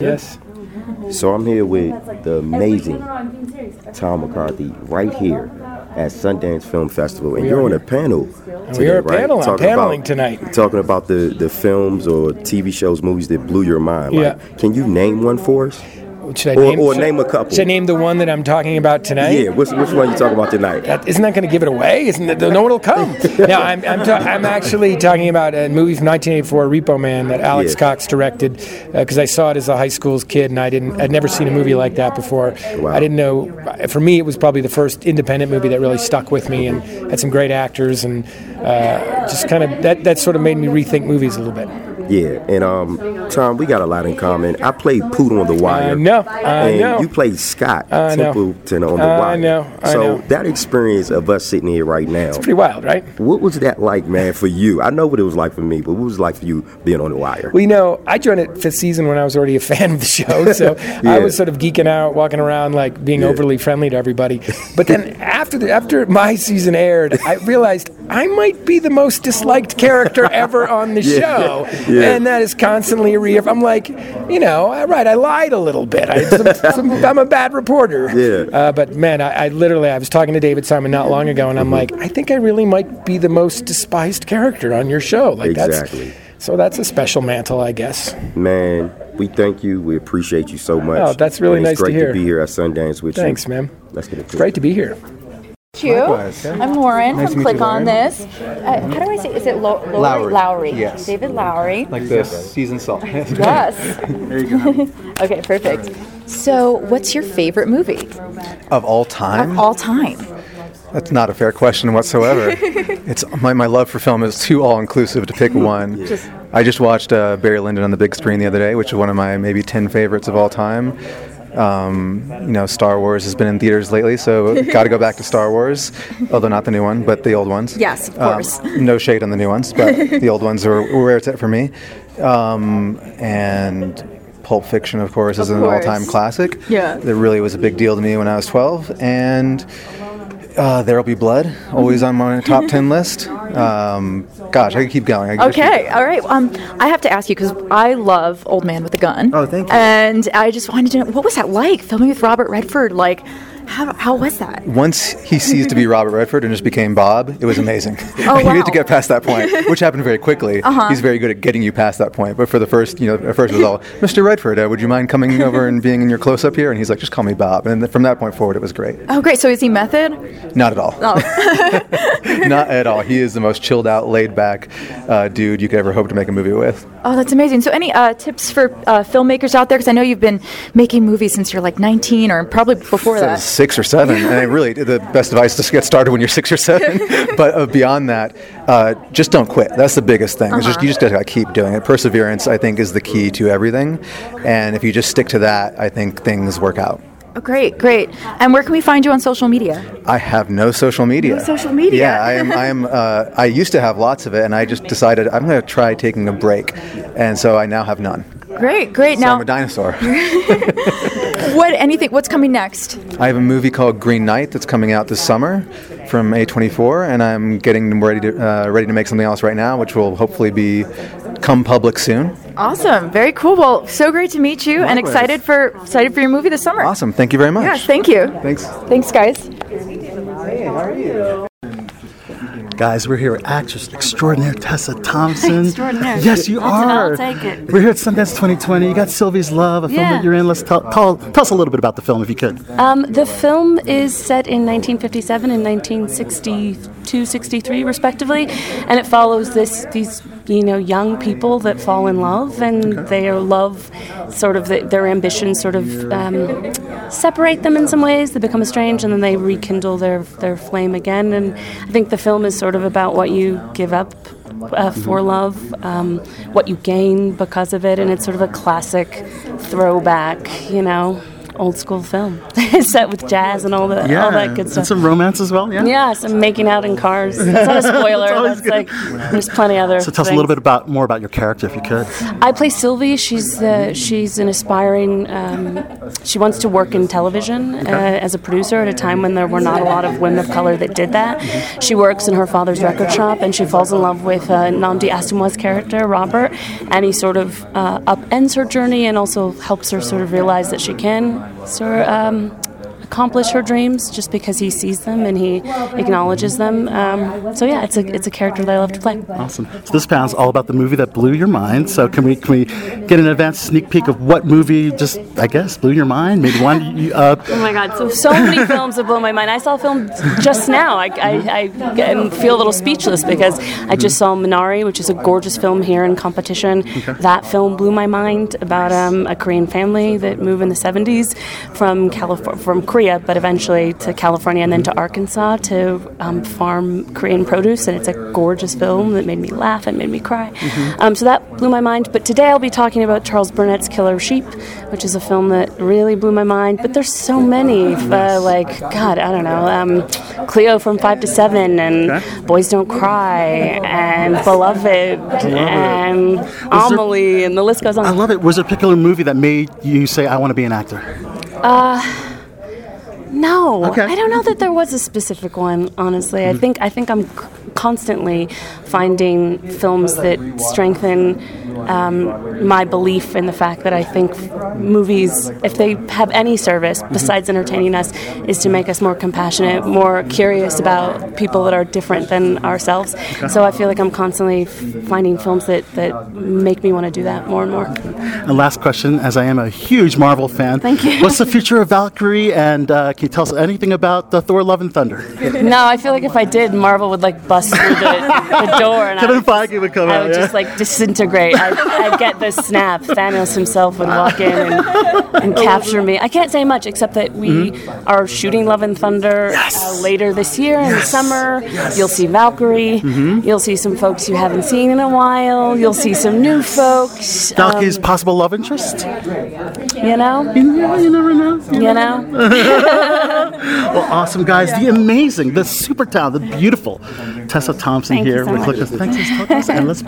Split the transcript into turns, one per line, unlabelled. Yes.
So I'm here with the amazing Tom McCarthy right here at Sundance Film Festival, and you're on a panel.
And we are a
today, right?
panel. I'm
Talking
paneling
about-
tonight.
Talking about the, the films or TV shows, movies that blew your mind. Like,
Yeah.
Can you name one for us?
Oh, Should I
Or-
name,
or
should-
name a couple.
Should I name the one that I'm talking about tonight?
Yeah. Which which one you talking about tonight?
That, isn't that going to give it away? Isn't that, no one will come? no, I'm, I'm, ta- I'm actually talking about a movie from 1984, Repo Man, that Alex
Yeah.
Cox directed. Because I saw it as a high school's kid, and I didn't, I'd never seen a movie like that before.
Wow.
I didn't know. For me, it was probably the first independent movie that really stuck with me, and had some great actors, and uh, just kind of that, that sort of made me rethink movies a little bit.
Yeah. And um, Tom, we got a lot in common. I played Poot on the Wire.
I know. I
and
know.
you played Scott
I know.
Templeton on the
I
wire.
know, I
so
know.
that experience of us sitting here right now,
Pretty wild, right?
what was that like, man, for you? I know what it was like for me, but what was it like for you being on the wire?
Well, you know, I joined at fifth season when I was already a fan of the show, so
Yeah.
I was sort of geeking out, walking around, like being
Yeah.
overly friendly to everybody. But then after the, after my season aired, I realized I might be the most disliked character ever on the
Yeah.
show,
Yeah.
and that is constantly re. I'm like, you know, all right, I lied a little bit. I, some, some, I'm a bad reporter.
Yeah.
Uh, but man, I, I literally, I was talking to David Simon not long ago, and I'm like,
Mm-hmm.
I think I really might be the most despised character on your show. Like
Exactly.
That's, so that's a special mantle, I guess.
Man, we thank you. We appreciate you so much.
Oh, that's really
And
nice
it's
to
great
hear.
be here at Sundance with
Thanks,
you.
man.
Let's get it.
Great to be here.
you.
Likewise.
I'm Lauren
Nice to
from
meet
Click
you,
On
Lauren.
This. Uh, how do I say? Is it Lo- Lowry?
Lowry.
Lowry.
Yes.
David Lowry.
Like the seasoned salt.
yes.
there you go.
Okay, perfect. So, what's your favorite movie
Of all time?
of all time?
That's not a fair question whatsoever. it's my, my love for film is too all inclusive to pick one.
Just-
I just watched uh, Barry Lyndon on the big screen the other day, which is one of my maybe ten favorites of all time. Um, you know, Star Wars has been in theaters lately, so got to go back to Star Wars, although not the new one, but the old ones.
Yes, of
Um,
course.
no shade on the new ones, but the old ones are were where it's at for me. Um, and Pulp Fiction, of course, is
Of
an all-time
course.
classic.
Yeah.
that really was a big deal to me when I was 12, and. Uh, There'll Be Blood, always on my top 10 list. Um, gosh, I could keep going. I could just keep
Okay, all right. Um, I have to ask you because I love Old Man with a Gun.
Oh, thank you.
And I just wanted to know what was that like filming with Robert Redford? Like, how, how was that?
going. Once he ceased to be Robert Redford and just became Bob, it was amazing.
Oh,
you
wow. Uh-huh.
had to get past that point, which happened very quickly. He's very good at getting you past that point. But for the first, you know, at first it was all, Mr. Redford, uh, would you mind coming over and being in your close up here? And he's like, just call me Bob. And then from that point forward, it was great.
Oh, great. So is he method?
Not at all.
Oh,
Not at all. He is the most chilled out, laid back uh, dude you could ever hope to make a movie with.
oh that's amazing. So any uh, tips for uh, filmmakers out there? Because I know you've been making movies since you're like 19 or probably before
So
that.
six or seven. and it really, the best advice is to get started when you're six or seven. but uh, beyond that, uh, just don't quit. That's the biggest thing. It's just
Uh-huh.
you just gotta keep doing it. Perseverance, I think, is the key to everything. And if you just stick to that, I think things work out.
Oh, great, great. And where can we find you on social media?
I have no social media.
No social media.
Yeah, I am. I am. Uh, I used to have lots of it, and I just decided I'm going to try taking a break, and so I now have none.
Great, great.
So
Now,
I'm a dinosaur.
what anything? What's coming next?
I have a movie called Green Knight that's coming out this summer from A24, and I'm getting ready to uh, ready to make something else right now, which will hopefully be come public soon.
Awesome, very cool. Well, so great to meet you, and
Likewise.
excited for excited for your movie this summer.
Awesome! Thank you very much.
Yes, thank you.
Thanks.
Thanks, guys.
Guys, we're here with actress extraordinaire Tessa Thompson.
Extraordinaire.
Yes, you
That's it,
are.
I'll take it.
We're here at Sundance 2020. You got Sylvie's Love, a film
Yeah.
that you're in. Let's tell, tell, tell us a little bit about the film, if you could.
Um, the film is set in 1957 and 1962, 63, respectively, and it follows this these you know young people that fall in love and their love, sort of the, their ambitions, sort of um, separate them in some ways. They become estranged and then they rekindle their their flame again. And I think the film is sort of about what you give up uh, for
Mm-hmm.
love, um, what you gain because of it, and it's sort of a classic throwback, you know. old school film, set with jazz and all that,
Yeah,
all that good
and
stuff.
some romance as well. Yeah.
yeah, some making out in cars. That's not a spoiler.
always
That's
good.
like there's plenty other.
So tell us a little bit about more about your character, if you could.
I play Sylvie. She's the she's an aspiring. Um, she wants to work in television uh, as a producer at a time when there were not a lot of women of color that did that. She works in her father's record shop, and she falls in love with uh, Namdi Asamoah's character Robert, and he sort of uh, upends her journey and also helps her sort of realize that she can sort of, um, accomplish her dreams just because he sees them and he acknowledges them. Um, so yeah, it's a it's a character that I love to play.
Awesome. So this panel's all about the movie that blew your mind. So can we can we get an advanced sneak peek of what movie just I guess blew your mind? Maybe one. You, uh,
Oh my God! So so many films have blown my mind. I saw a film just now. I, I, I get- feel a little speechless because I just saw Minari, which is a gorgeous film here in competition. That film blew my mind about um, a Korean family that moved in the '70s from California, from Korea, but eventually to California and then to Arkansas to um, farm Korean produce. And it's a gorgeous film that made me laugh and made me cry. Um, so that blew my mind. But today I'll be talking about Charles Burnett's Killer of Sheep, which is a film that really blew my mind. But there's so many, uh, like God, I don't know, um, Cleo from Five to Seven, and Boys Don't Cry, and Beloved, and
Was there-
Amelie, and the list goes on.
I love it. Was there a particular movie that made you say I want to be an actor?
No,
Okay.
I don't know that there was a specific one. Honestly, I think I think I'm c- constantly finding films that strengthen um, my belief in the fact that I think f- movies, if they have any service besides entertaining us, is to make us more compassionate, more curious about people that are different than ourselves. So I feel like I'm constantly f- finding films that that make me want to do that more and more.
And last question, as I am a huge Marvel fan. Thank you. What's the future of Valkyrie? And uh, can you tell us anything about the Thor: Love and Thunder?
No, I feel like if I did, Marvel would like bust through the, the door and I
Kevin
would just-
Feige would come
I
out,
would
yeah.
just like disintegrate. I, I'd get the snap. Thanos himself would walk in and, and capture me. I can't say much except that we
Mm-hmm.
are shooting Love and Thunder uh, later this year in the summer. You'll see Valkyrie.
Mm-hmm.
You'll see some folks you haven't seen in a while. You'll see some new folks. Um,
Valkyrie's possible love interest?
you know,
Yeah, you never know.
you know.
Well, awesome guys, the amazing, the super talented, the beautiful Tessa Thompson
Thank you
here
so
with
much.
Clickers. Thanks, Tessa. and let's